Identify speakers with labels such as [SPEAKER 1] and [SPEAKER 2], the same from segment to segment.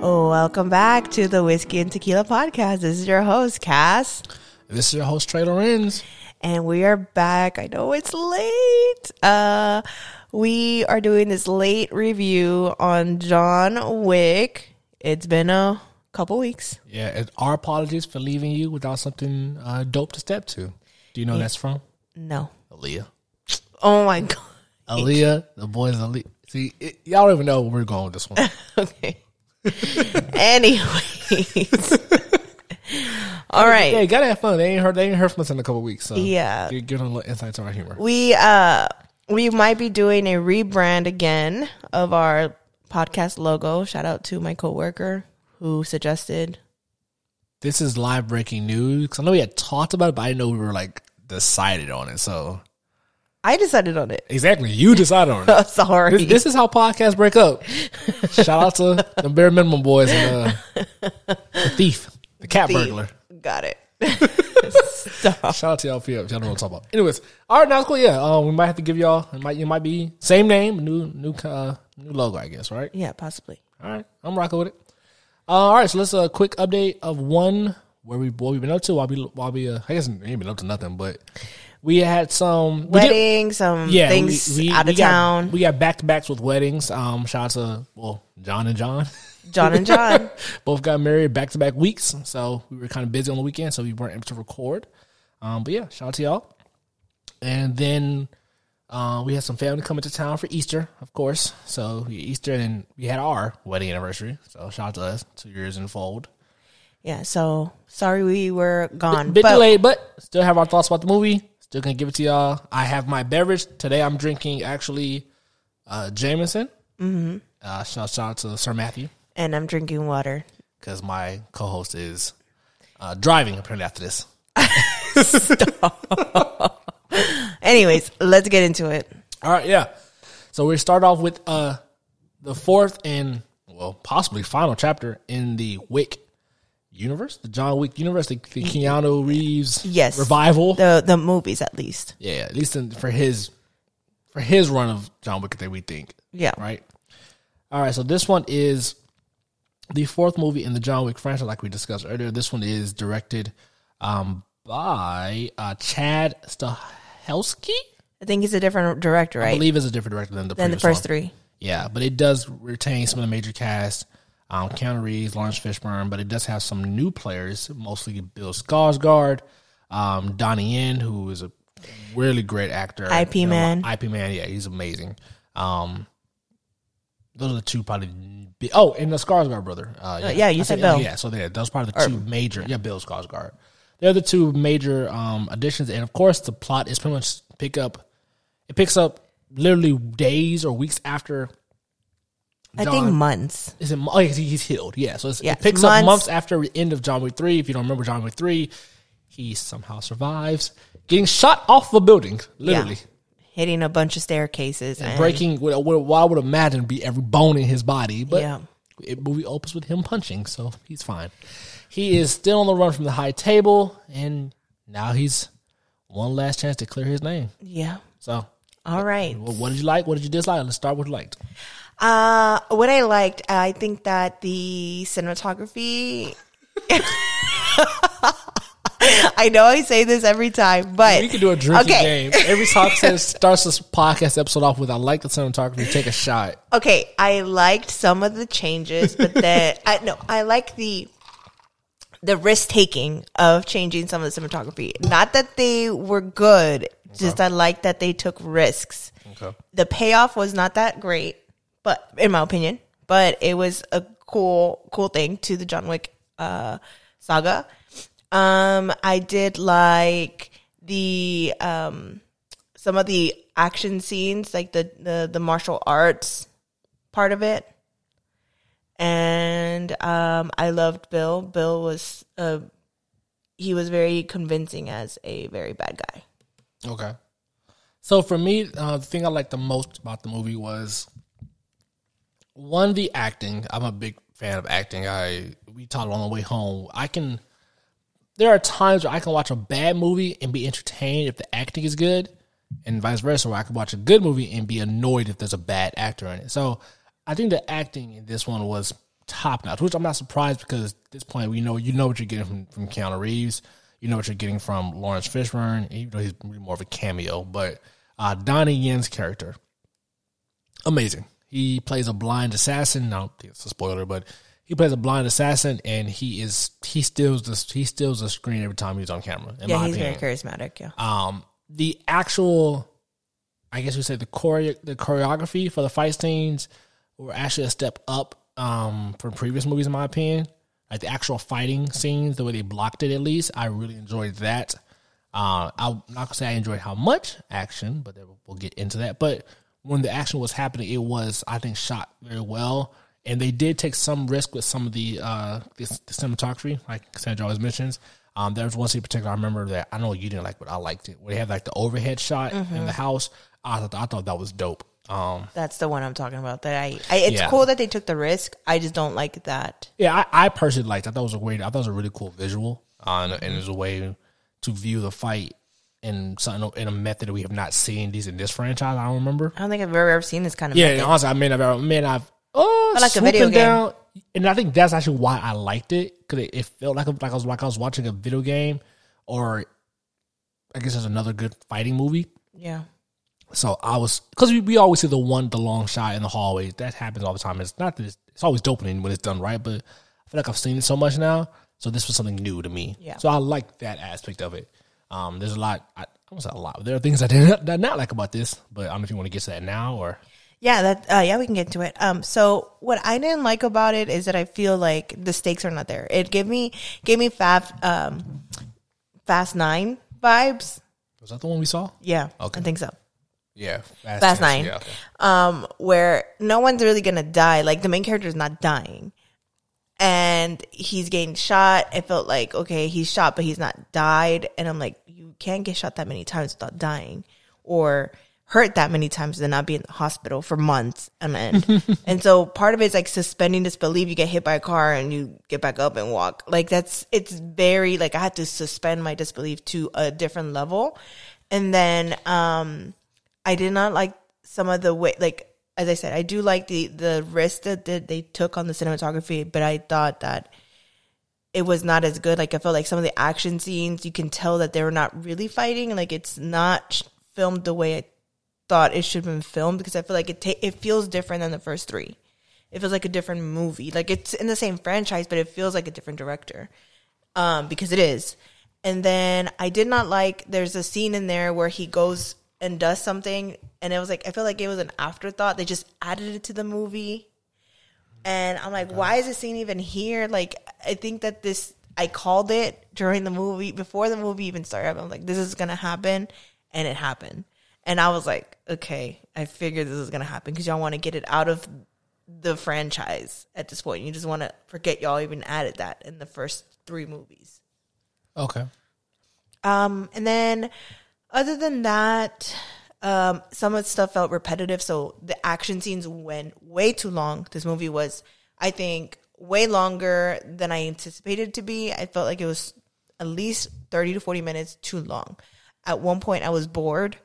[SPEAKER 1] Welcome back to the Whiskey and Tequila Podcast. This is your host, Cass,
[SPEAKER 2] This is your host, Trey Lorenz.
[SPEAKER 1] and we are back. I know it's late. Uh, we are doing this late review on John Wick. It's been a couple weeks.
[SPEAKER 2] Yeah, and our apologies for leaving you without something uh, dope to step to. Do you know who that's from?
[SPEAKER 1] No.
[SPEAKER 2] Aaliyah.
[SPEAKER 1] Oh my God.
[SPEAKER 2] Aaliyah, the boys Aaliyah. See, it, y'all don't even know where we're going with this one.
[SPEAKER 1] Okay. Anyways. All right.
[SPEAKER 2] hey, gotta have fun. They ain't heard. They ain't heard from us in a couple weeks. So
[SPEAKER 1] Yeah.
[SPEAKER 2] get, get a little insight to our humor.
[SPEAKER 1] we uh we might be doing a rebrand again of our podcast logo. Shout out to my coworker who suggested.
[SPEAKER 2] This is live breaking news. 'cause I know we had talked about it, but I didn't know we were like decided on it. So
[SPEAKER 1] I decided on it.
[SPEAKER 2] exactly, you decided on it.
[SPEAKER 1] Sorry.
[SPEAKER 2] This, this is how podcasts break up. Shout out to the bare minimum boys and uh, the thief, the cat burglar.
[SPEAKER 1] Got it. Stop.
[SPEAKER 2] Shout out to y'all for y'all don't know what I'm talking about. Anyways, all right, now it's cool. Yeah, uh, we might have to give y'all. It might it might be same name, new new uh, new logo, I guess. Right.
[SPEAKER 1] Yeah, possibly.
[SPEAKER 2] All right, I'm rocking with it. Uh, all right, so let's a uh, quick update of one where we what we've been up to while we while we uh, I guess we ain't been up to nothing, but we had some we did-
[SPEAKER 1] Wedding, some things out of
[SPEAKER 2] got-
[SPEAKER 1] town.
[SPEAKER 2] we got back to backs with weddings. Um, shout out to well John and John.
[SPEAKER 1] John and John.
[SPEAKER 2] Both got married back to back weeks, so we were kind of busy on the weekend, so we weren't able to record. Um, but yeah, shout out to y'all. And then uh, we had some family coming to town for Easter, of course. So we- Easter, and then we had our wedding anniversary. So shout out to us, two years in fold.
[SPEAKER 1] Yeah, so sorry we were gone.
[SPEAKER 2] Bit
[SPEAKER 1] but
[SPEAKER 2] delayed, but still have our thoughts about the movie. Still gonna give it to y'all. I have my beverage today. I'm drinking actually uh, Jameson. Mm-hmm. Uh, shout, shout out to Sir Matthew
[SPEAKER 1] and I'm drinking water.
[SPEAKER 2] because my co-host is uh, driving apparently after this.
[SPEAKER 1] Anyways, let's get into it.
[SPEAKER 2] All right, yeah. So we start off with uh the fourth and well possibly final chapter in the Wick universe, the John Wick universe, the, the Keanu Reeves
[SPEAKER 1] Mm-hmm. Yes.
[SPEAKER 2] revival.
[SPEAKER 1] The the movies at least.
[SPEAKER 2] yeah, at least in, for his for his run of John Wick that we think,
[SPEAKER 1] Yeah.
[SPEAKER 2] right? All right, so this one is the fourth movie in the John Wick franchise, like we discussed earlier. This one is directed um by uh Chad Stahelski.
[SPEAKER 1] I think he's a different director,
[SPEAKER 2] I
[SPEAKER 1] right?
[SPEAKER 2] believe is a different director than the
[SPEAKER 1] Than the
[SPEAKER 2] previous
[SPEAKER 1] first
[SPEAKER 2] one.
[SPEAKER 1] three.
[SPEAKER 2] Yeah, but it does retain some of the major cast. Um, Keanu Reeves, Lawrence Fishburne, but it does have some new players, mostly Bill Skarsgård, um, Donnie Yen, who is a really great actor.
[SPEAKER 1] IP man.
[SPEAKER 2] IP man, yeah, he's amazing. Um, those are the two probably. bi- Oh, and the Skarsgård brother. Uh,
[SPEAKER 1] yeah, you
[SPEAKER 2] I
[SPEAKER 1] said
[SPEAKER 2] oh,
[SPEAKER 1] Bill.
[SPEAKER 2] yeah, so there, those part of the two major. Yeah, Bill Skarsgård. They're the two major um, additions, and of course, the plot is pretty much pick up. It picks up literally days or weeks after.
[SPEAKER 1] I think
[SPEAKER 2] John-
[SPEAKER 1] months.
[SPEAKER 2] is it? Oh, yeah, he's healed. Yeah, so it's,
[SPEAKER 1] Yeah,
[SPEAKER 2] it picks
[SPEAKER 1] months.
[SPEAKER 2] up months after the end of John Wick three. If you don't remember John Wick three, he somehow survives getting shot off a building, literally
[SPEAKER 1] hitting a bunch of staircases and,
[SPEAKER 2] breaking what, what, what I would imagine be every bone in his body. But
[SPEAKER 1] Yeah.
[SPEAKER 2] it movie opens with him punching, so he's fine. He is still on the run from the high table, and now he's one last chance to clear his name.
[SPEAKER 1] yeah
[SPEAKER 2] So,
[SPEAKER 1] all right
[SPEAKER 2] well, what did you like? What did you dislike? Let's start with what you liked.
[SPEAKER 1] uh what i liked i think that the cinematography i know i say this every time but
[SPEAKER 2] We could do a drinking
[SPEAKER 1] okay
[SPEAKER 2] game. Every talk says starts this podcast episode off with "I like the cinematography." Take a shot.
[SPEAKER 1] okay i liked some of the changes but then i no i like the the risk taking of changing some of the cinematography not that they were good just i
[SPEAKER 2] Uh-huh.
[SPEAKER 1] like that they took risks
[SPEAKER 2] Okay.
[SPEAKER 1] the payoff was not that great, but in my opinion, but it was a cool, cool thing to the John Wick uh, saga. Um, I did like the um, some of the action scenes, like the the, the martial arts part of it, and um, I loved Bill. Bill was uh, he was very convincing as a very bad guy.
[SPEAKER 2] Okay. So for me, uh, the thing I liked the most about the movie was one the acting. I'm a big fan of acting. I we taught it on the way home. I can. There are times where I can watch a bad movie and be entertained if the acting is good, and vice versa. Where I can watch a good movie and be annoyed if there's a bad actor in it. So I think the acting in this one was top notch, which I'm not surprised because at this point we know you know what you're getting from, from Keanu Reeves, you know what you're getting from Lawrence Fishburne, even though he's more of a cameo. But uh, Donnie Yen's character, amazing. He plays a blind assassin. Now it's a spoiler, but he plays a blind assassin, and he is he steals the he steals the screen every time he's on camera. In
[SPEAKER 1] yeah,
[SPEAKER 2] my
[SPEAKER 1] he's
[SPEAKER 2] opinion.
[SPEAKER 1] very charismatic. Yeah.
[SPEAKER 2] Um, the actual, I guess we say the choreo- the choreography for the fight scenes were actually a step up um, from previous movies, in my opinion. Like the actual fighting scenes, the way they blocked it, at least I really enjoyed that. Uh, I'm not gonna say I enjoyed how much action, but then we'll get into that. But when the action was happening, it was I think shot very well, and they did take some risk with some of the uh, the, the cinematography, like Sandra always mentions. Um, there was one scene in particular I remember that I know you didn't like, but I liked it. Where they had like the overhead shot in the house, I thought I thought that was dope. Um,
[SPEAKER 1] That's the one I'm talking about. That I, I it's
[SPEAKER 2] Yeah.
[SPEAKER 1] cool that they took the risk. I just don't like that.
[SPEAKER 2] Yeah, I, I personally liked. It. I thought it was a great. I thought it was a really cool visual, uh, and, and it was a way to view the fight in something in a method that we have not seen these in this franchise. I don't remember.
[SPEAKER 1] I don't think I've ever, ever seen this kind of.
[SPEAKER 2] Yeah,
[SPEAKER 1] method.
[SPEAKER 2] and honestly, I mean, I've I mean, I've oh,
[SPEAKER 1] Or like a video
[SPEAKER 2] swooping
[SPEAKER 1] game.
[SPEAKER 2] down, and I think that's actually why I liked it because it, it felt like a, like I was like I was watching a video game, or I guess there's another good fighting movie.
[SPEAKER 1] yeah.
[SPEAKER 2] So I was because we, we always see the one the long shot in the hallways that happens all the time. It's not that it's, it's always dopamine when it's done right, but I feel like I've seen it so much now. So this was something new to me.
[SPEAKER 1] Yeah.
[SPEAKER 2] So I like that aspect of it. Um, there's a lot. I, I don't say a lot. There are things I did not, did not like about this, but I don't know if you want to get to that now or
[SPEAKER 1] Yeah, that uh, yeah, we can get to it. Um, so what I didn't like about it is that I feel like the stakes are not there. It gave me gave me Fast um, Fast Nine vibes.
[SPEAKER 2] was that the one we saw?
[SPEAKER 1] Yeah,
[SPEAKER 2] Okay.
[SPEAKER 1] I think so.
[SPEAKER 2] Yeah, Fast,
[SPEAKER 1] Fast
[SPEAKER 2] 10,
[SPEAKER 1] Nine,
[SPEAKER 2] yeah, okay.
[SPEAKER 1] um, where no one's really gonna die. Like the main character is not dying, and he's getting shot. It felt like okay, he's shot, but he's not died. And I'm like, you can't get shot that many times without dying, or hurt that many times and not be in the hospital for months on end. and so part of it is like suspending disbelief. You get hit by a car and you get back up and walk. Like that's it's very like I had to suspend my disbelief to a different level. And then um I did not like some of the way, like as I said, I do like the the risk that that they took on the cinematography, but I thought that it was not as good. Like I felt like some of the action scenes, you can tell that they were not really fighting. Like it's not sh- filmed the way I thought it should have been filmed because I feel like it ta- it feels different than the first three. It feels like a different movie. Like it's in the same franchise, but it feels like a different director um, because it is. And then I did not like. There's a scene in there where he goes and does something, and it was like I feel like it was an afterthought. They just added it to the movie, and I'm like, why is this scene even here? Like, I think that this I called it during the movie before the movie even started. I'm like, this is gonna happen, and it happened. And I was like, okay, I figured this is gonna happen because y'all want to get it out of the franchise at this point. You just want to forget y'all even added that in the first three movies.
[SPEAKER 2] Okay.
[SPEAKER 1] Um, and then other than that, um, some of the stuff felt repetitive. So the action scenes went way too long. This movie was, I think, way longer than I anticipated it to be. I felt like it was at least 30 to 40 minutes too long. At one point, I was bored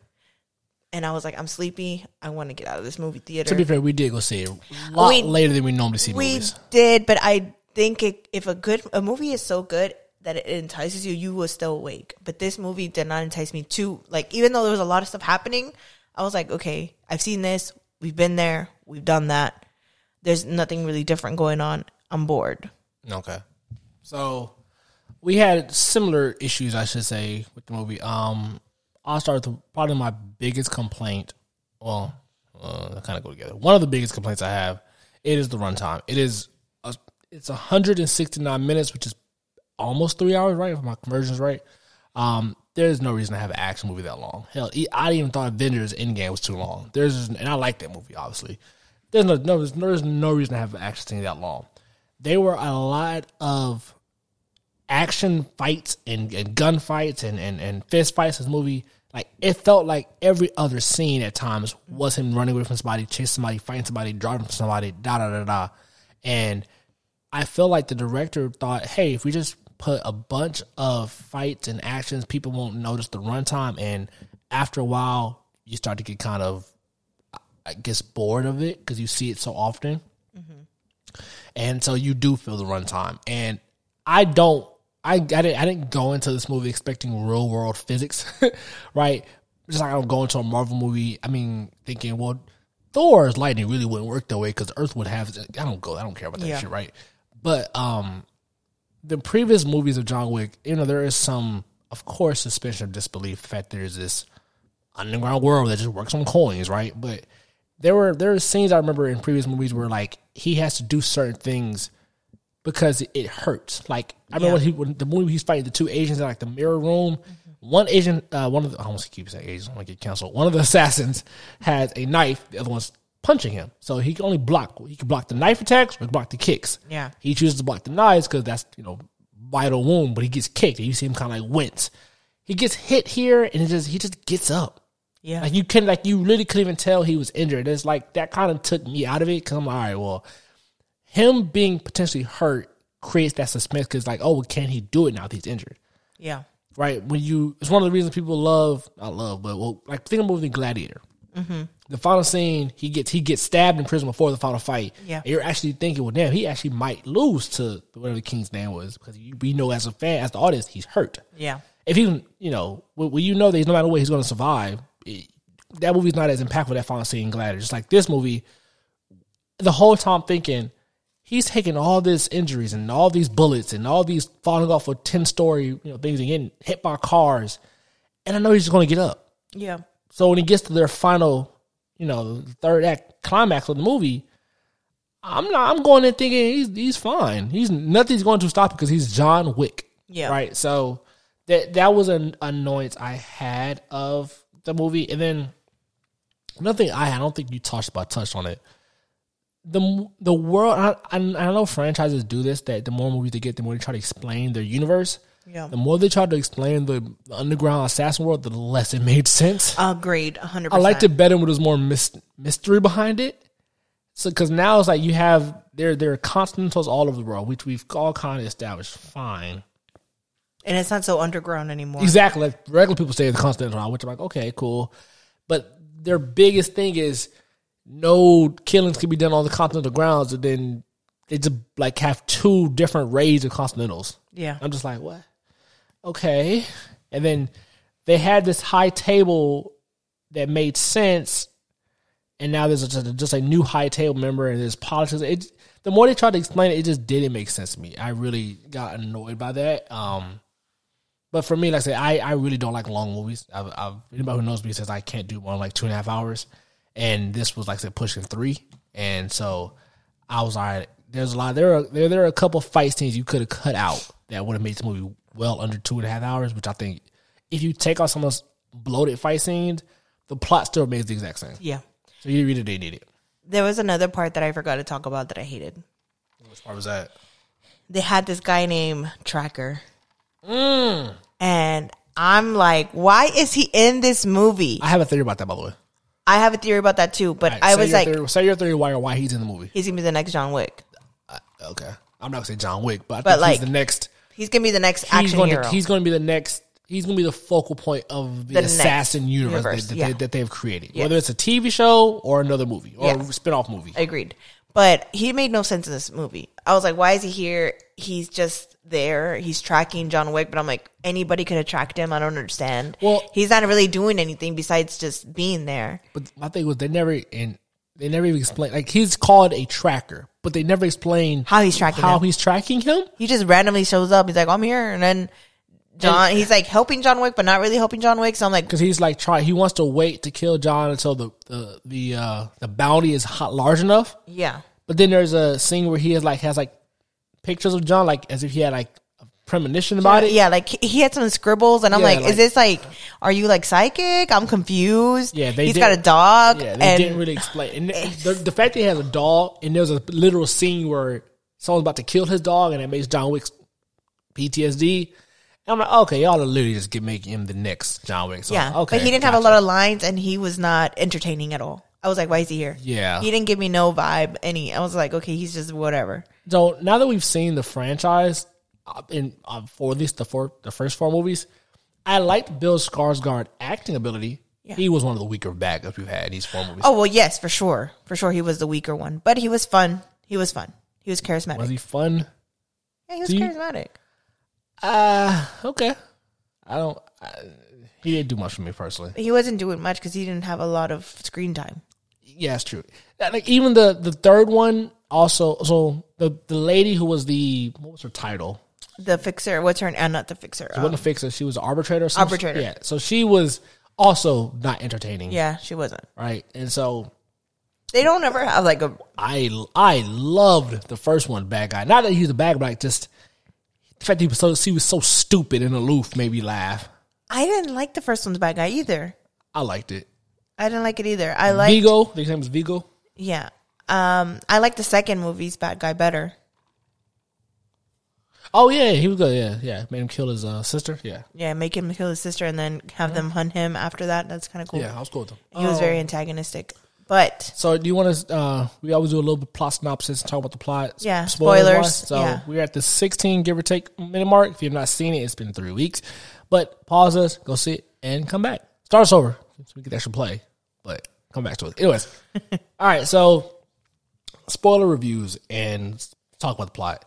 [SPEAKER 1] and I was like, I'm sleepy. I want to get out of this movie theater.
[SPEAKER 2] To be fair, we did go see it a lot
[SPEAKER 1] We-
[SPEAKER 2] later than we normally see
[SPEAKER 1] we
[SPEAKER 2] movies.
[SPEAKER 1] did, but I think it, if a good a movie is so good that it entices you, you will still awake. But this movie did not entice me to like. Even though there was a lot of stuff happening, I was like, okay, I've seen this. We've been there. We've done that. There's nothing really different going on. I'm bored.
[SPEAKER 2] Okay. So we had similar issues, I should say, with the movie. Um, I'll start with probably my biggest complaint. Well, uh, they kind of go together. One of the biggest complaints I have it is the runtime. It is a, it's 169 minutes, which is almost three hours, right? If my conversion's right. Um, there's no reason to have an action movie that long. Hell, e- I even thought Avengers Endgame was too long. There's and I like that movie, obviously. There's no, no there's, no- there's no reason to have an action scene that long. There were a lot of action fights and, and gunfights and, and, and fist fights in this movie. Like it felt like every other scene at times was him running away from somebody, chasing somebody, fighting somebody, driving from somebody, da da da da. And I feel like the director thought, hey, if we just put a bunch of fights and actions, people won't notice the runtime. And after a while, you start to get kind of, I guess, bored of it because you see it so often. and so you do feel the runtime. And I don't, I, I didn't, I didn't go into this movie expecting real world physics, right? Just like I don't go into a Marvel movie. I mean, thinking, well, Thor's lightning really wouldn't work that way because Earth would have. I don't go. I don't care about that
[SPEAKER 1] Yeah.
[SPEAKER 2] shit, right? But um, the previous movies of John Wick, you know, there is some, of course, suspension of disbelief. The fact there's this underground world that just works on coins, right? But there were there are scenes I remember in previous movies where like he has to do certain things because it hurts. Like I remember when, he, when the movie he's fighting the two Asians in like the mirror room. One Asian, uh, one of the I almost keep saying Asians, I want to get canceled. One of the assassins has a knife. The other one's punching him, so he can only block. He can block the knife attacks or block the kicks.
[SPEAKER 1] Yeah.
[SPEAKER 2] he chooses to block the knives because that's you know vital wound. But he gets kicked, and you see him kind of like wince. He gets hit here, and it just he just gets up.
[SPEAKER 1] Yeah.
[SPEAKER 2] Like you can like you really couldn't even tell he was injured. It's like that kind of took me out of it because I'm like, all right, well, him being potentially hurt creates that suspense because like, oh, well, can he do it now if he's injured?
[SPEAKER 1] yeah.
[SPEAKER 2] Right? When you, it's one of the reasons people love, not love, but well, like think of the movie Gladiator. The final scene, he gets he gets stabbed in prison before the final fight.
[SPEAKER 1] Yeah.
[SPEAKER 2] and you're actually thinking, well, damn, he actually might lose to whatever the king's name was because you, we know as a fan, as the audience, he's hurt
[SPEAKER 1] Yeah.
[SPEAKER 2] if he, you know, when when you know that he's no matter what he's going to survive, it, that movie's not as impactful that final scene in Gladiator. Just like this movie, the whole time thinking he's taking all these injuries and all these bullets and all these falling off of ten story you know things and getting hit by cars, and I know he's just going to get up.
[SPEAKER 1] Yeah.
[SPEAKER 2] So when he gets to their final, you know, third act climax of the movie, I'm not. I'm going in thinking he's he's fine. He's nothing's going to stop because he's John Wick.
[SPEAKER 1] Yeah.
[SPEAKER 2] Right. So that that was an annoyance I had of the movie, and then nothing. I I don't think you touched about touched on it. The m- the world. I, I I know franchises do this. That the more movies they get, the more they try to explain their universe.
[SPEAKER 1] Yeah.
[SPEAKER 2] The more they tried to explain the the underground assassin world, the less it made sense.
[SPEAKER 1] Agreed. 100%.
[SPEAKER 2] I liked it better when there was more mys- mystery behind it. So, because now it's like you have there there are continentals all over the world, which we've all kind of established. Fine,
[SPEAKER 1] And it's not so underground anymore.
[SPEAKER 2] exactly. Like regular people say the continental, which I'm like, okay, cool. But their biggest thing is no killings can be done on the continental grounds, and then they just like have two different raids of continentals.
[SPEAKER 1] Yeah.
[SPEAKER 2] I'm just like, what? Okay. And then they had this high table that made sense, and now there's just a, just a new high table member, and there's politics. It, the more they tried to explain it, it just didn't make sense to me. I really got annoyed by that. Um, but for me, like I said, I, I really don't like long movies. I've, I've, anybody who knows me says I can't do more than like two and a half hours, and this was like I said pushing three, and so I was all right. There's a lot. There are there there are a couple fight scenes you could have cut out that would have made this movie well under two and a half hours, which I think if you take out some of those bloated fight scenes, the plot still remains the exact same.
[SPEAKER 1] yeah.
[SPEAKER 2] So you really didn't need it.
[SPEAKER 1] There was another part that I forgot to talk about that I hated.
[SPEAKER 2] Which part was that?
[SPEAKER 1] They had this guy named Tracker.
[SPEAKER 2] Mm.
[SPEAKER 1] And I'm like, why is he in this movie?
[SPEAKER 2] I have a theory about that, by the way.
[SPEAKER 1] I have a theory about that too, but I
[SPEAKER 2] Say
[SPEAKER 1] was
[SPEAKER 2] your
[SPEAKER 1] like,
[SPEAKER 2] theory, say your theory why why he's in the movie.
[SPEAKER 1] he's gonna be the next John Wick.
[SPEAKER 2] Okay, I'm not gonna say John Wick, but I
[SPEAKER 1] But,
[SPEAKER 2] think
[SPEAKER 1] like,
[SPEAKER 2] he's the next.
[SPEAKER 1] He's gonna be the next
[SPEAKER 2] he's
[SPEAKER 1] action
[SPEAKER 2] going
[SPEAKER 1] hero.
[SPEAKER 2] to he's going to be the next he's going to be the focal point of the,
[SPEAKER 1] The next
[SPEAKER 2] assassin universe,
[SPEAKER 1] universe,
[SPEAKER 2] that, that,
[SPEAKER 1] yeah.
[SPEAKER 2] they, that they've created
[SPEAKER 1] Yes.
[SPEAKER 2] whether it's a tv show or another movie or a
[SPEAKER 1] Yes.
[SPEAKER 2] spin-off movie
[SPEAKER 1] Agreed. But he made no sense in this movie. I was like, why is he here? He's just there. He's tracking John Wick, but I'm like, anybody could have tracked him. I don't understand.
[SPEAKER 2] Well-
[SPEAKER 1] he's not really doing anything besides just being there.
[SPEAKER 2] but my thing was they never and they never even explained like he's called a tracker but they never explained
[SPEAKER 1] How he's tracking
[SPEAKER 2] how
[SPEAKER 1] him.
[SPEAKER 2] he's tracking him
[SPEAKER 1] He just randomly shows up. He's like, I'm here. And then John, he's like helping John Wick, but not really helping John Wick. So I'm like,
[SPEAKER 2] because he's like try he wants to wait to kill john until the the the, uh, the bounty is hot, large enough
[SPEAKER 1] yeah.
[SPEAKER 2] But then there's a scene where he is like has like pictures of John, like as if he had like a premonition about it.
[SPEAKER 1] "Uh, Yeah, like he- he had some scribbles, and I'm
[SPEAKER 2] Yeah,
[SPEAKER 1] like,
[SPEAKER 2] like-
[SPEAKER 1] is this like, are you like psychic? I'm confused.
[SPEAKER 2] Yeah, they
[SPEAKER 1] He's
[SPEAKER 2] did-
[SPEAKER 1] got a dog.
[SPEAKER 2] Yeah, they
[SPEAKER 1] and,
[SPEAKER 2] didn't really explain. And the, the fact that he has a dog, and there's a literal scene where someone's about to kill his dog, and it makes John Wick's PTSD. And I'm like, okay, y'all are literally just get making him the next John Wick. So,
[SPEAKER 1] Yeah,
[SPEAKER 2] Oh, okay,
[SPEAKER 1] but he didn't have a lot of lines, and he was not entertaining at all. I was like, why is he here?
[SPEAKER 2] Yeah.
[SPEAKER 1] he didn't give me no vibe any. I was like, okay, he's just whatever.
[SPEAKER 2] So now that we've seen the franchise, uh, in uh, for at least the four, the first four movies, I liked Bill Skarsgård acting ability. He was one of the weaker backups Uh, we've had in these four movies.
[SPEAKER 1] Oh well, yes, for sure, for sure, he was the weaker one, but he was fun. He was fun. He He was charismatic.
[SPEAKER 2] Was he fun?
[SPEAKER 1] yeah, he was
[SPEAKER 2] do you-
[SPEAKER 1] charismatic.
[SPEAKER 2] Uh okay. I don't. I, he didn't do much for me personally.
[SPEAKER 1] He wasn't doing much because he didn't have a lot of screen time.
[SPEAKER 2] Yeah, it's true. That, Uh, Like even the the third one also. So the the lady who was the what was her title?
[SPEAKER 1] The fixer, what's her? Uh, not the fixer.
[SPEAKER 2] She
[SPEAKER 1] um,
[SPEAKER 2] wasn't a fixer. She was an arbitrator. Or some sh-
[SPEAKER 1] Arbitrator.
[SPEAKER 2] Yeah. So she was also not entertaining.
[SPEAKER 1] uh, yeah, she wasn't.
[SPEAKER 2] Right. And so
[SPEAKER 1] They don't ever have like a
[SPEAKER 2] I I loved the first one, bad guy. Not that he was a bad guy, but like just the fact that he was so he was so stupid and aloof made me laugh.
[SPEAKER 1] I didn't like the first one's bad guy either.
[SPEAKER 2] I liked it.
[SPEAKER 1] I didn't like it either. I like
[SPEAKER 2] Vigo, his name was Vigo.
[SPEAKER 1] yeah. Um, I like the second movie's bad guy better.
[SPEAKER 2] Oh yeah, he was good. Yeah, yeah. Made him kill his uh, sister. Yeah,
[SPEAKER 1] Yeah, make him kill his sister and then have them hunt him after that. That's kind of cool.
[SPEAKER 2] yeah. I was cool with him.
[SPEAKER 1] He was very antagonistic, but
[SPEAKER 2] So do you want to? Uh, we always do a little bit plot synopsis and talk about the plot. s-
[SPEAKER 1] Yeah,
[SPEAKER 2] spoiler-wise.
[SPEAKER 1] spoilers,
[SPEAKER 2] So
[SPEAKER 1] yeah.
[SPEAKER 2] we're at the 16 give or take minute mark. If you've not seen it, it's been three weeks. But pause us, go see it, and come back. Start us over. So we get the extra play, but come back to it. Anyways, all right. So spoiler reviews and s- talk about the plot.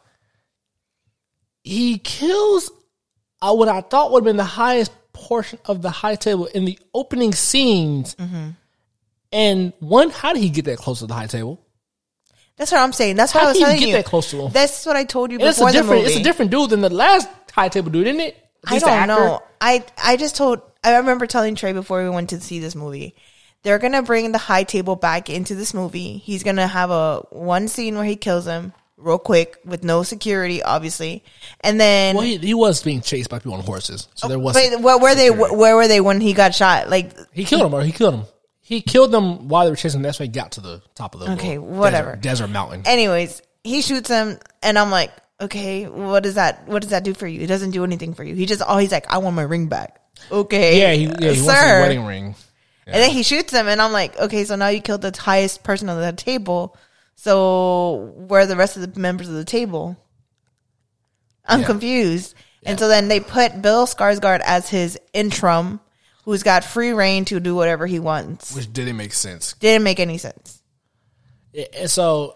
[SPEAKER 2] He kills uh, what I thought would have been the highest portion of the high table in the opening scenes. And one, how did he get that close to the high table?
[SPEAKER 1] that's what I'm saying. That's what
[SPEAKER 2] How
[SPEAKER 1] I was
[SPEAKER 2] can you
[SPEAKER 1] telling
[SPEAKER 2] get
[SPEAKER 1] you.
[SPEAKER 2] that close to him?
[SPEAKER 1] That's what I told you
[SPEAKER 2] And it's
[SPEAKER 1] before
[SPEAKER 2] a different,
[SPEAKER 1] the movie.
[SPEAKER 2] it's a different dude than the last high table dude, isn't it? At
[SPEAKER 1] I
[SPEAKER 2] least the
[SPEAKER 1] don't
[SPEAKER 2] actor.
[SPEAKER 1] know. I I just told. I remember telling Trey before we went to see this movie. They're gonna bring the high table back into this movie. He's gonna have a one scene where he kills him real quick with no security, obviously, and then.
[SPEAKER 2] Well, he, he was being chased by people on horses, so there was.
[SPEAKER 1] but what were they? Where were they when he got shot? Like
[SPEAKER 2] He killed him, or he killed him. He killed them while they were chasing. him. That's why he got to the top of the
[SPEAKER 1] Okay,
[SPEAKER 2] little
[SPEAKER 1] whatever.
[SPEAKER 2] desert, desert mountain.
[SPEAKER 1] anyways, he shoots him, and I'm like, okay, what does that? What does that do for you? It doesn't do anything for you. He just, oh, he's like, I want my ring back. Okay,
[SPEAKER 2] yeah, he, yeah, he wants a
[SPEAKER 1] sir.
[SPEAKER 2] wedding ring.
[SPEAKER 1] And then he shoots him, and I'm like, okay, so now you killed the highest person on the table. So where are the rest of the members of the table? I'm
[SPEAKER 2] Yeah.
[SPEAKER 1] confused. And so then they put Bill Skarsgård as his interim, who's got free reign to do whatever he wants.
[SPEAKER 2] Which didn't make sense.
[SPEAKER 1] Didn't make any sense.
[SPEAKER 2] Yeah, and so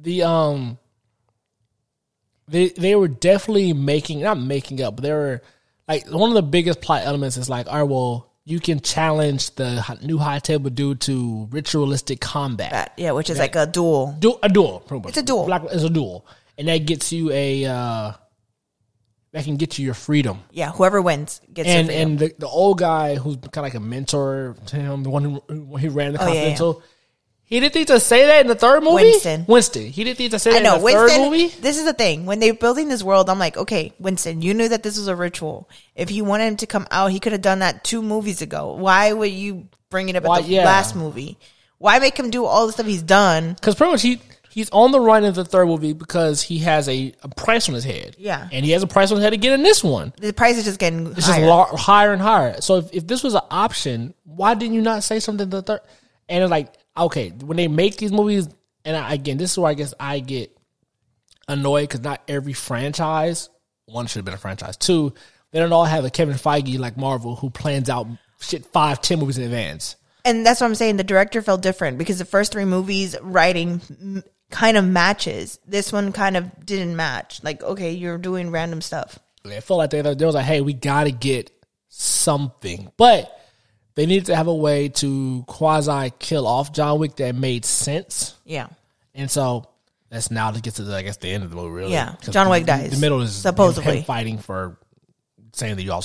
[SPEAKER 2] the um they they were definitely making not making up, but they were like one of the biggest plot elements is like, all right, well, you can challenge the hi- new high table due to ritualistic combat.
[SPEAKER 1] That Uh, yeah, which is like a duel.
[SPEAKER 2] Du- a duel, pretty much.
[SPEAKER 1] It's a duel.
[SPEAKER 2] Black, it's a duel, and that gets you a uh that can get you your freedom.
[SPEAKER 1] Yeah, whoever wins gets
[SPEAKER 2] And
[SPEAKER 1] the
[SPEAKER 2] and the, the old guy who's kind of like a mentor to him, the one who, who he ran the
[SPEAKER 1] Oh, yeah, yeah.
[SPEAKER 2] Continental. He didn't think to say that in the third movie.
[SPEAKER 1] Winston.
[SPEAKER 2] Winston. He didn't think to say that
[SPEAKER 1] I know
[SPEAKER 2] in the third
[SPEAKER 1] Winston.
[SPEAKER 2] movie.
[SPEAKER 1] This is the thing. When they're building this world, I'm like, okay, Winston, you knew that this was a ritual. If you wanted him to come out, he could have done that two movies ago. Why would you bring it up
[SPEAKER 2] Why-
[SPEAKER 1] at the
[SPEAKER 2] yeah.
[SPEAKER 1] last movie? Why make him do all the stuff he's done?
[SPEAKER 2] Because pretty much he he's on the run in the third movie because he has a, a price on his head.
[SPEAKER 1] Yeah.
[SPEAKER 2] And he has a price on his head again in this one.
[SPEAKER 1] The price is just getting
[SPEAKER 2] It's
[SPEAKER 1] higher.
[SPEAKER 2] just lar- higher and higher. So if, if this was an option, why didn't you not say something to the third? And it's like, okay, when they make these movies, and I, again, this is where I guess I get annoyed because not every franchise, one should have been a franchise, two, they don't all have a Kevin Feige like Marvel who plans out shit five, ten movies in advance.
[SPEAKER 1] and that's what I'm saying. The director felt different because the first three movies writing m- kind of matches. This one kind of didn't match. Like, okay, you're doing random stuff.
[SPEAKER 2] It felt like they, they was like, hey, we got to get something. But they needed to have a way to quasi kill off John Wick that made sense.
[SPEAKER 1] Yeah.
[SPEAKER 2] And so that's now to get to the, I guess the end of the movie, really.
[SPEAKER 1] Yeah.
[SPEAKER 2] 'Cause
[SPEAKER 1] John Wick
[SPEAKER 2] the-
[SPEAKER 1] dies,
[SPEAKER 2] The middle is supposedly
[SPEAKER 1] supposedly.
[SPEAKER 2] him fighting for saying that you all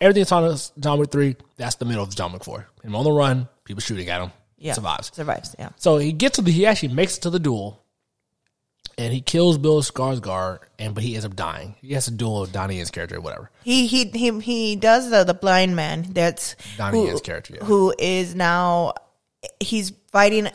[SPEAKER 2] everything's on us. John Wick three. That's the middle of John Wick four. Him on the run, people shooting at him.
[SPEAKER 1] Yeah.
[SPEAKER 2] survives.
[SPEAKER 1] Survives. Yeah.
[SPEAKER 2] So he gets to the he actually makes it to the duel, and he kills Bill Skarsgård, and but he ends up dying. He has to duel with Donnie Yen's character, or whatever.
[SPEAKER 1] He he he he does the the blind man. That's
[SPEAKER 2] Donnie Yen's character, yeah.
[SPEAKER 1] who is now he's fighting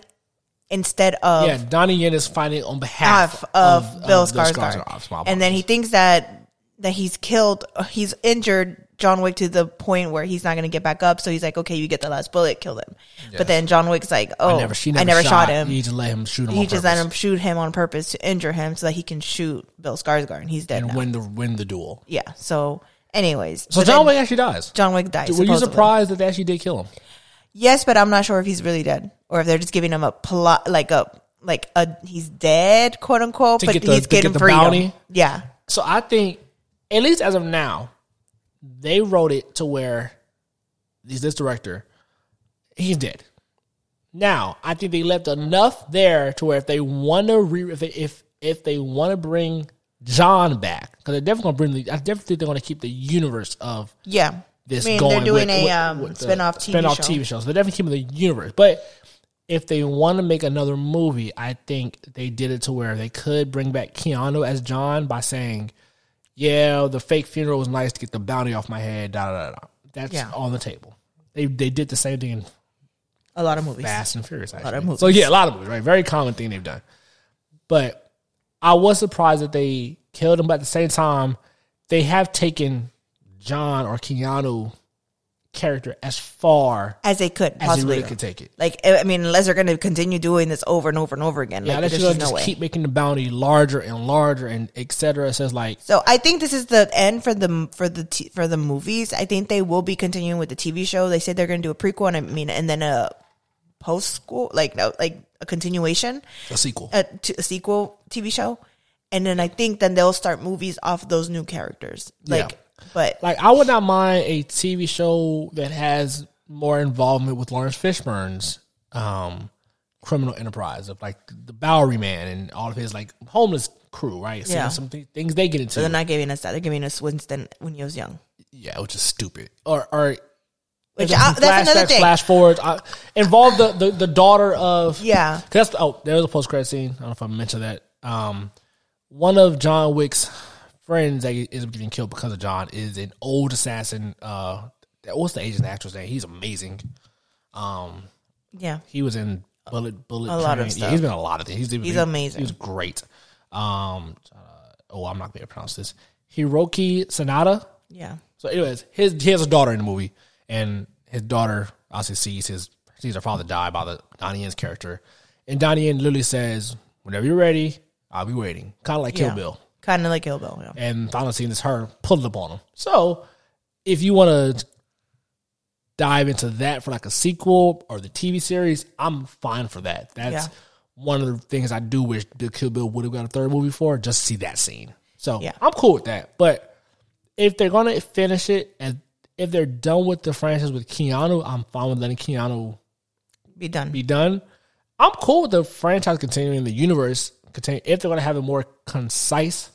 [SPEAKER 1] instead of
[SPEAKER 2] Yeah, Donnie Yen is fighting on behalf
[SPEAKER 1] half of, Bill Skarsgård,
[SPEAKER 2] Skarsgård. My
[SPEAKER 1] and then he thinks that that he's killed, he's injured John Wick to the point where he's not going to get back up. So he's like, okay, you get the last bullet, kill them. But then John Wick's like, oh,
[SPEAKER 2] never, she never, shot, him. He just let him shoot him.
[SPEAKER 1] He
[SPEAKER 2] on
[SPEAKER 1] just
[SPEAKER 2] purpose.
[SPEAKER 1] let him shoot him on purpose to injure him so that he can shoot Bill Skarsgård, and he's dead
[SPEAKER 2] and
[SPEAKER 1] now.
[SPEAKER 2] win the win the duel.
[SPEAKER 1] yeah. So, anyways,
[SPEAKER 2] So
[SPEAKER 1] but
[SPEAKER 2] John
[SPEAKER 1] then
[SPEAKER 2] Wick actually dies.
[SPEAKER 1] John Wick dies.
[SPEAKER 2] Were you
[SPEAKER 1] supposedly.
[SPEAKER 2] surprised that they actually did kill him?
[SPEAKER 1] Yes, but I'm not sure if he's really dead or if they're just giving him a plot, like a like a he's dead, quote unquote,
[SPEAKER 2] To
[SPEAKER 1] but
[SPEAKER 2] get the-
[SPEAKER 1] he's
[SPEAKER 2] to get
[SPEAKER 1] getting
[SPEAKER 2] the
[SPEAKER 1] freedom.
[SPEAKER 2] bounty?
[SPEAKER 1] Yeah,
[SPEAKER 2] So I think, at least as of now, they wrote it to where he's this director, he's dead. Now I think they left enough there to where if they want to re if they, if if they want to bring John back because they're definitely going to bring the I definitely think they're going to keep the universe of
[SPEAKER 1] yeah.
[SPEAKER 2] this
[SPEAKER 1] I mean,
[SPEAKER 2] going.
[SPEAKER 1] they're doing
[SPEAKER 2] with-
[SPEAKER 1] a
[SPEAKER 2] with-
[SPEAKER 1] um,
[SPEAKER 2] with the
[SPEAKER 1] spinoff TV
[SPEAKER 2] spinoff
[SPEAKER 1] show.
[SPEAKER 2] TV shows. They're definitely keeping the universe. But if they want to make another movie, I think they did it to where they could bring back Keanu as John by saying, "Yeah, the fake funeral was nice to get the bounty off my head." Da da da. da. That's
[SPEAKER 1] Yeah.
[SPEAKER 2] on the table. They they did the same thing in
[SPEAKER 1] A lot of movies.
[SPEAKER 2] Fast and Furious. Actually.
[SPEAKER 1] of
[SPEAKER 2] So yeah, a lot of movies, right? Very common thing they've done. But I was surprised that they killed him, but at the same time, they have taken John or Keanu character as far
[SPEAKER 1] As they could
[SPEAKER 2] as they
[SPEAKER 1] possibly.
[SPEAKER 2] really could take it.
[SPEAKER 1] Like I I mean, unless they're going to continue doing this over and over and over again,
[SPEAKER 2] Yeah,
[SPEAKER 1] like,
[SPEAKER 2] that's
[SPEAKER 1] there's
[SPEAKER 2] just,
[SPEAKER 1] just
[SPEAKER 2] just
[SPEAKER 1] no way.
[SPEAKER 2] keep making the bounty larger and larger and et cetera. So it's like
[SPEAKER 1] So I think this is the end for the for the t- for the movies. I think they will be continuing with the TV show. They said they're going to do a prequel, and I mean, and then a post school, like no, like a continuation,
[SPEAKER 2] a sequel.
[SPEAKER 1] a, to a sequel TV show, and then I think then they'll start movies off those new characters.
[SPEAKER 2] Yeah.
[SPEAKER 1] Like, but
[SPEAKER 2] Like I would not mind a TV show that has more involvement with Lawrence Fishburne's um, criminal enterprise of like the Bowery Man and all of his like homeless crew, right? Seeing
[SPEAKER 1] Yeah.
[SPEAKER 2] some th- things they get into.
[SPEAKER 1] they're not giving us that. They're giving us Winston when he was young.
[SPEAKER 2] yeah, which is stupid. Or or
[SPEAKER 1] Which
[SPEAKER 2] some
[SPEAKER 1] I, that's another
[SPEAKER 2] flashbacks,
[SPEAKER 1] thing.
[SPEAKER 2] Flash forwards I, involve the, the the daughter of
[SPEAKER 1] Yeah.
[SPEAKER 2] 'Cause That's oh, there was a post credit scene. I don't know if I mentioned that. Um, one of John Wick's friends that is getting killed because of John is an old assassin. Uh, that- what's the Asian actor's name? He's amazing. Um,
[SPEAKER 1] Yeah.
[SPEAKER 2] he was in Bullet Bullet.
[SPEAKER 1] A lot of
[SPEAKER 2] Train.
[SPEAKER 1] stuff.
[SPEAKER 2] Yeah, he's been in a lot of things. He's, he's
[SPEAKER 1] amazing.
[SPEAKER 2] He was great. Um, uh, oh, I'm not going to pronounce this. Hiroki Sanada.
[SPEAKER 1] Yeah.
[SPEAKER 2] So, anyways, his he has a daughter in the movie, and his daughter obviously sees his sees her father die by the Donnie Yen's character, and Donnie Yen literally says, "Whenever you're ready, I'll be waiting," kind of like
[SPEAKER 1] Yeah.
[SPEAKER 2] Kill Bill.
[SPEAKER 1] Kind of like Kill Bill. Yeah.
[SPEAKER 2] And final scene is her pulling up on him. So, if you want to dive into that for like a sequel or the TV series, I'm fine for that. That's
[SPEAKER 1] Yeah.
[SPEAKER 2] one of the things I do wish the Kill Bill would have got a third movie for, just to see that scene. So
[SPEAKER 1] Yeah.
[SPEAKER 2] I'm cool with that. But if they're gonna finish it and if they're done with the franchise with Keanu, I'm fine with letting Keanu
[SPEAKER 1] Be done.
[SPEAKER 2] be done. I'm cool with the franchise continuing, the universe continue if they're gonna have a more concise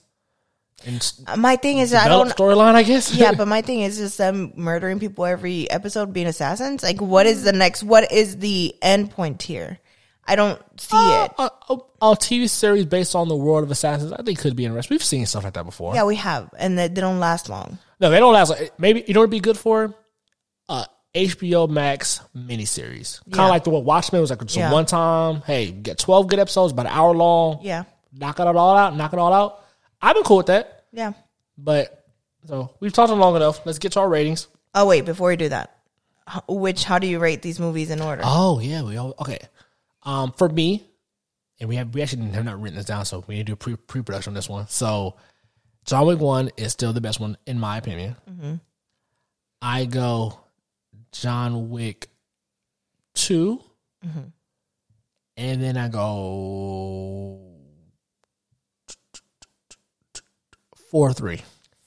[SPEAKER 2] and s-
[SPEAKER 1] Uh, My thing is, I don't
[SPEAKER 2] developed storyline, I guess.
[SPEAKER 1] yeah, but my thing is just them murdering people every episode, being assassins. Like, what is the next? What is the end point here? I don't see it.
[SPEAKER 2] a, a, Uh, a TV series based on the world of assassins, I think could be interesting. We've seen stuff like that before.
[SPEAKER 1] Yeah, we have, and they, they don't last long.
[SPEAKER 2] No, they don't last. Maybe you know what'd be good for uh, HBO Max miniseries, kind of
[SPEAKER 1] Yeah.
[SPEAKER 2] like the what Watchmen was like. Just
[SPEAKER 1] Yeah.
[SPEAKER 2] one time, hey, you get twelve good episodes, about an hour long.
[SPEAKER 1] Yeah,
[SPEAKER 2] knock it all out, knock it all out. I've been cool with that,
[SPEAKER 1] yeah.
[SPEAKER 2] but so we've talked long enough. Let's get to our ratings.
[SPEAKER 1] Oh wait, before we do that, h- which how do you rate these movies in order?
[SPEAKER 2] Oh yeah, we all okay. Um, for me, and we have we actually have not written this down, so we need to do pre pre production on this one. So, John Wick one is still the best one in my opinion. I go John Wick 2 and then I go four three.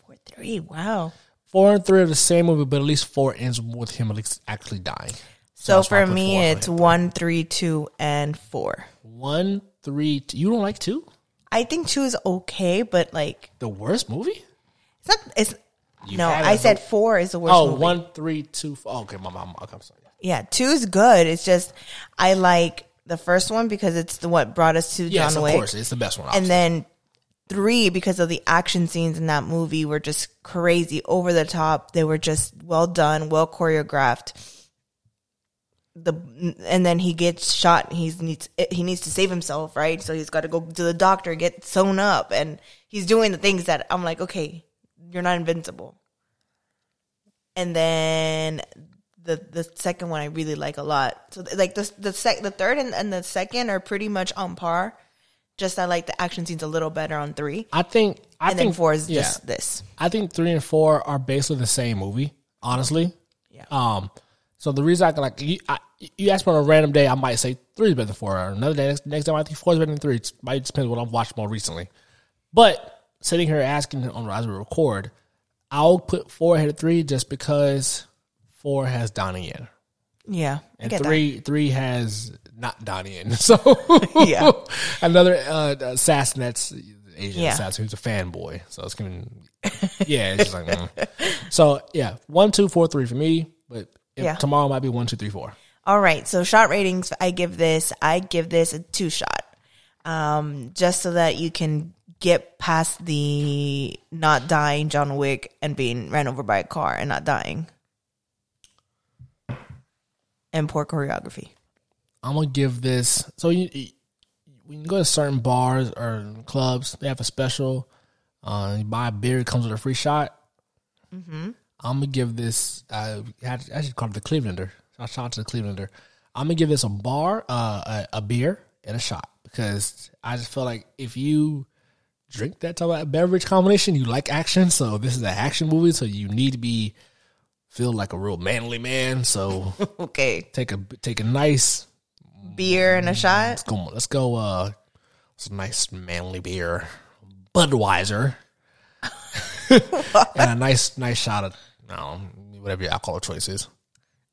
[SPEAKER 1] Four, three. Wow.
[SPEAKER 2] Four and three are the same movie, but at least four ends with him at least actually dying.
[SPEAKER 1] So
[SPEAKER 2] that's why I
[SPEAKER 1] for
[SPEAKER 2] put
[SPEAKER 1] me,
[SPEAKER 2] four, I
[SPEAKER 1] it's one, three, two, and four.
[SPEAKER 2] One, three, two. You don't like two?
[SPEAKER 1] I think two is okay, but like
[SPEAKER 2] The worst movie?
[SPEAKER 1] it's not. It's no.
[SPEAKER 2] had
[SPEAKER 1] I
[SPEAKER 2] it.
[SPEAKER 1] said four is the worst.
[SPEAKER 2] Oh,
[SPEAKER 1] movie.
[SPEAKER 2] one, three, two, four. Oh, okay, my mom. Okay, I'm sorry.
[SPEAKER 1] Yeah, two is good. It's just I like the first one because it's the what brought us to
[SPEAKER 2] Yes,
[SPEAKER 1] John
[SPEAKER 2] of
[SPEAKER 1] Wick,
[SPEAKER 2] course, it's the best one.
[SPEAKER 1] and
[SPEAKER 2] obviously.
[SPEAKER 1] then three because of the action scenes in that movie were just crazy, over the top. They were just well done, well choreographed. The and then he gets shot. And he's needs he needs to save himself, right? So he's got to go to the doctor, get sewn up, and he's doing the things that I'm like, okay, you're not invincible and then the the second one I really like a lot. So th- like the the sec the third and, and the second are pretty much on par. Just I like the action scenes a little better on three,
[SPEAKER 2] I think I
[SPEAKER 1] and
[SPEAKER 2] think
[SPEAKER 1] then four is
[SPEAKER 2] yeah.
[SPEAKER 1] just this.
[SPEAKER 2] I think three and four are basically the same movie. Honestly,
[SPEAKER 1] Yeah.
[SPEAKER 2] Um, So the reason I can like you, I, you ask me on a random day, I might say three is better than four. Or another day, next, next day, I might think four is better than three. It might depend what I've watched more recently. But sitting here asking on as we record, I'll put four ahead of three just because four has Donnie in,
[SPEAKER 1] Yeah. I
[SPEAKER 2] and
[SPEAKER 1] get
[SPEAKER 2] three three has not Donnie in. So
[SPEAKER 1] Yeah.
[SPEAKER 2] another uh, assassin that's Asian
[SPEAKER 1] Yeah.
[SPEAKER 2] assassin who's a fanboy. So it's giving yeah, it's just like mm. so yeah, one two four three for me, but. if-
[SPEAKER 1] Yeah.
[SPEAKER 2] Tomorrow might be one, two, three, four.
[SPEAKER 1] that. All right. So shot ratings, I give this, I give this a two shot. Um, just so that you can get past the not dying John Wick and being ran over by a car and not dying. And poor choreography.
[SPEAKER 2] I'm gonna give this. So you, you, when you go to certain bars or clubs, they have a special. Uh, you buy a beer, it comes with a free shot. I'm gonna give this. I had I should call it the Clevelander. Shout out to the Clevelander. I'm gonna give this a bar, uh, a, a beer, and a shot because I just feel like if you drink that type of beverage combination, you like action. So this is an action movie, so you need to be feel like a real manly man. So
[SPEAKER 1] Okay.
[SPEAKER 2] take a take a nice
[SPEAKER 1] Beer and a shot.
[SPEAKER 2] Let's go. Let's go. Uh, some nice manly beer, Budweiser, and a nice, nice shot of I don't know, whatever your alcohol choice is.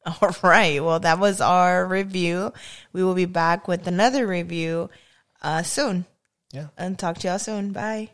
[SPEAKER 1] All right. Well, that was our review. We will be back with another review uh, soon
[SPEAKER 2] Yeah.
[SPEAKER 1] and talk to y'all soon. Bye.